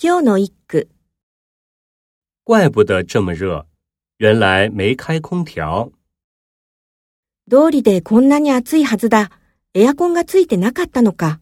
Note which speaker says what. Speaker 1: 今日の一句、
Speaker 2: 怪不得这么热，原来没开空调。
Speaker 1: 道理でこんなに暑いはずだ。エアコンがついてなかったのか。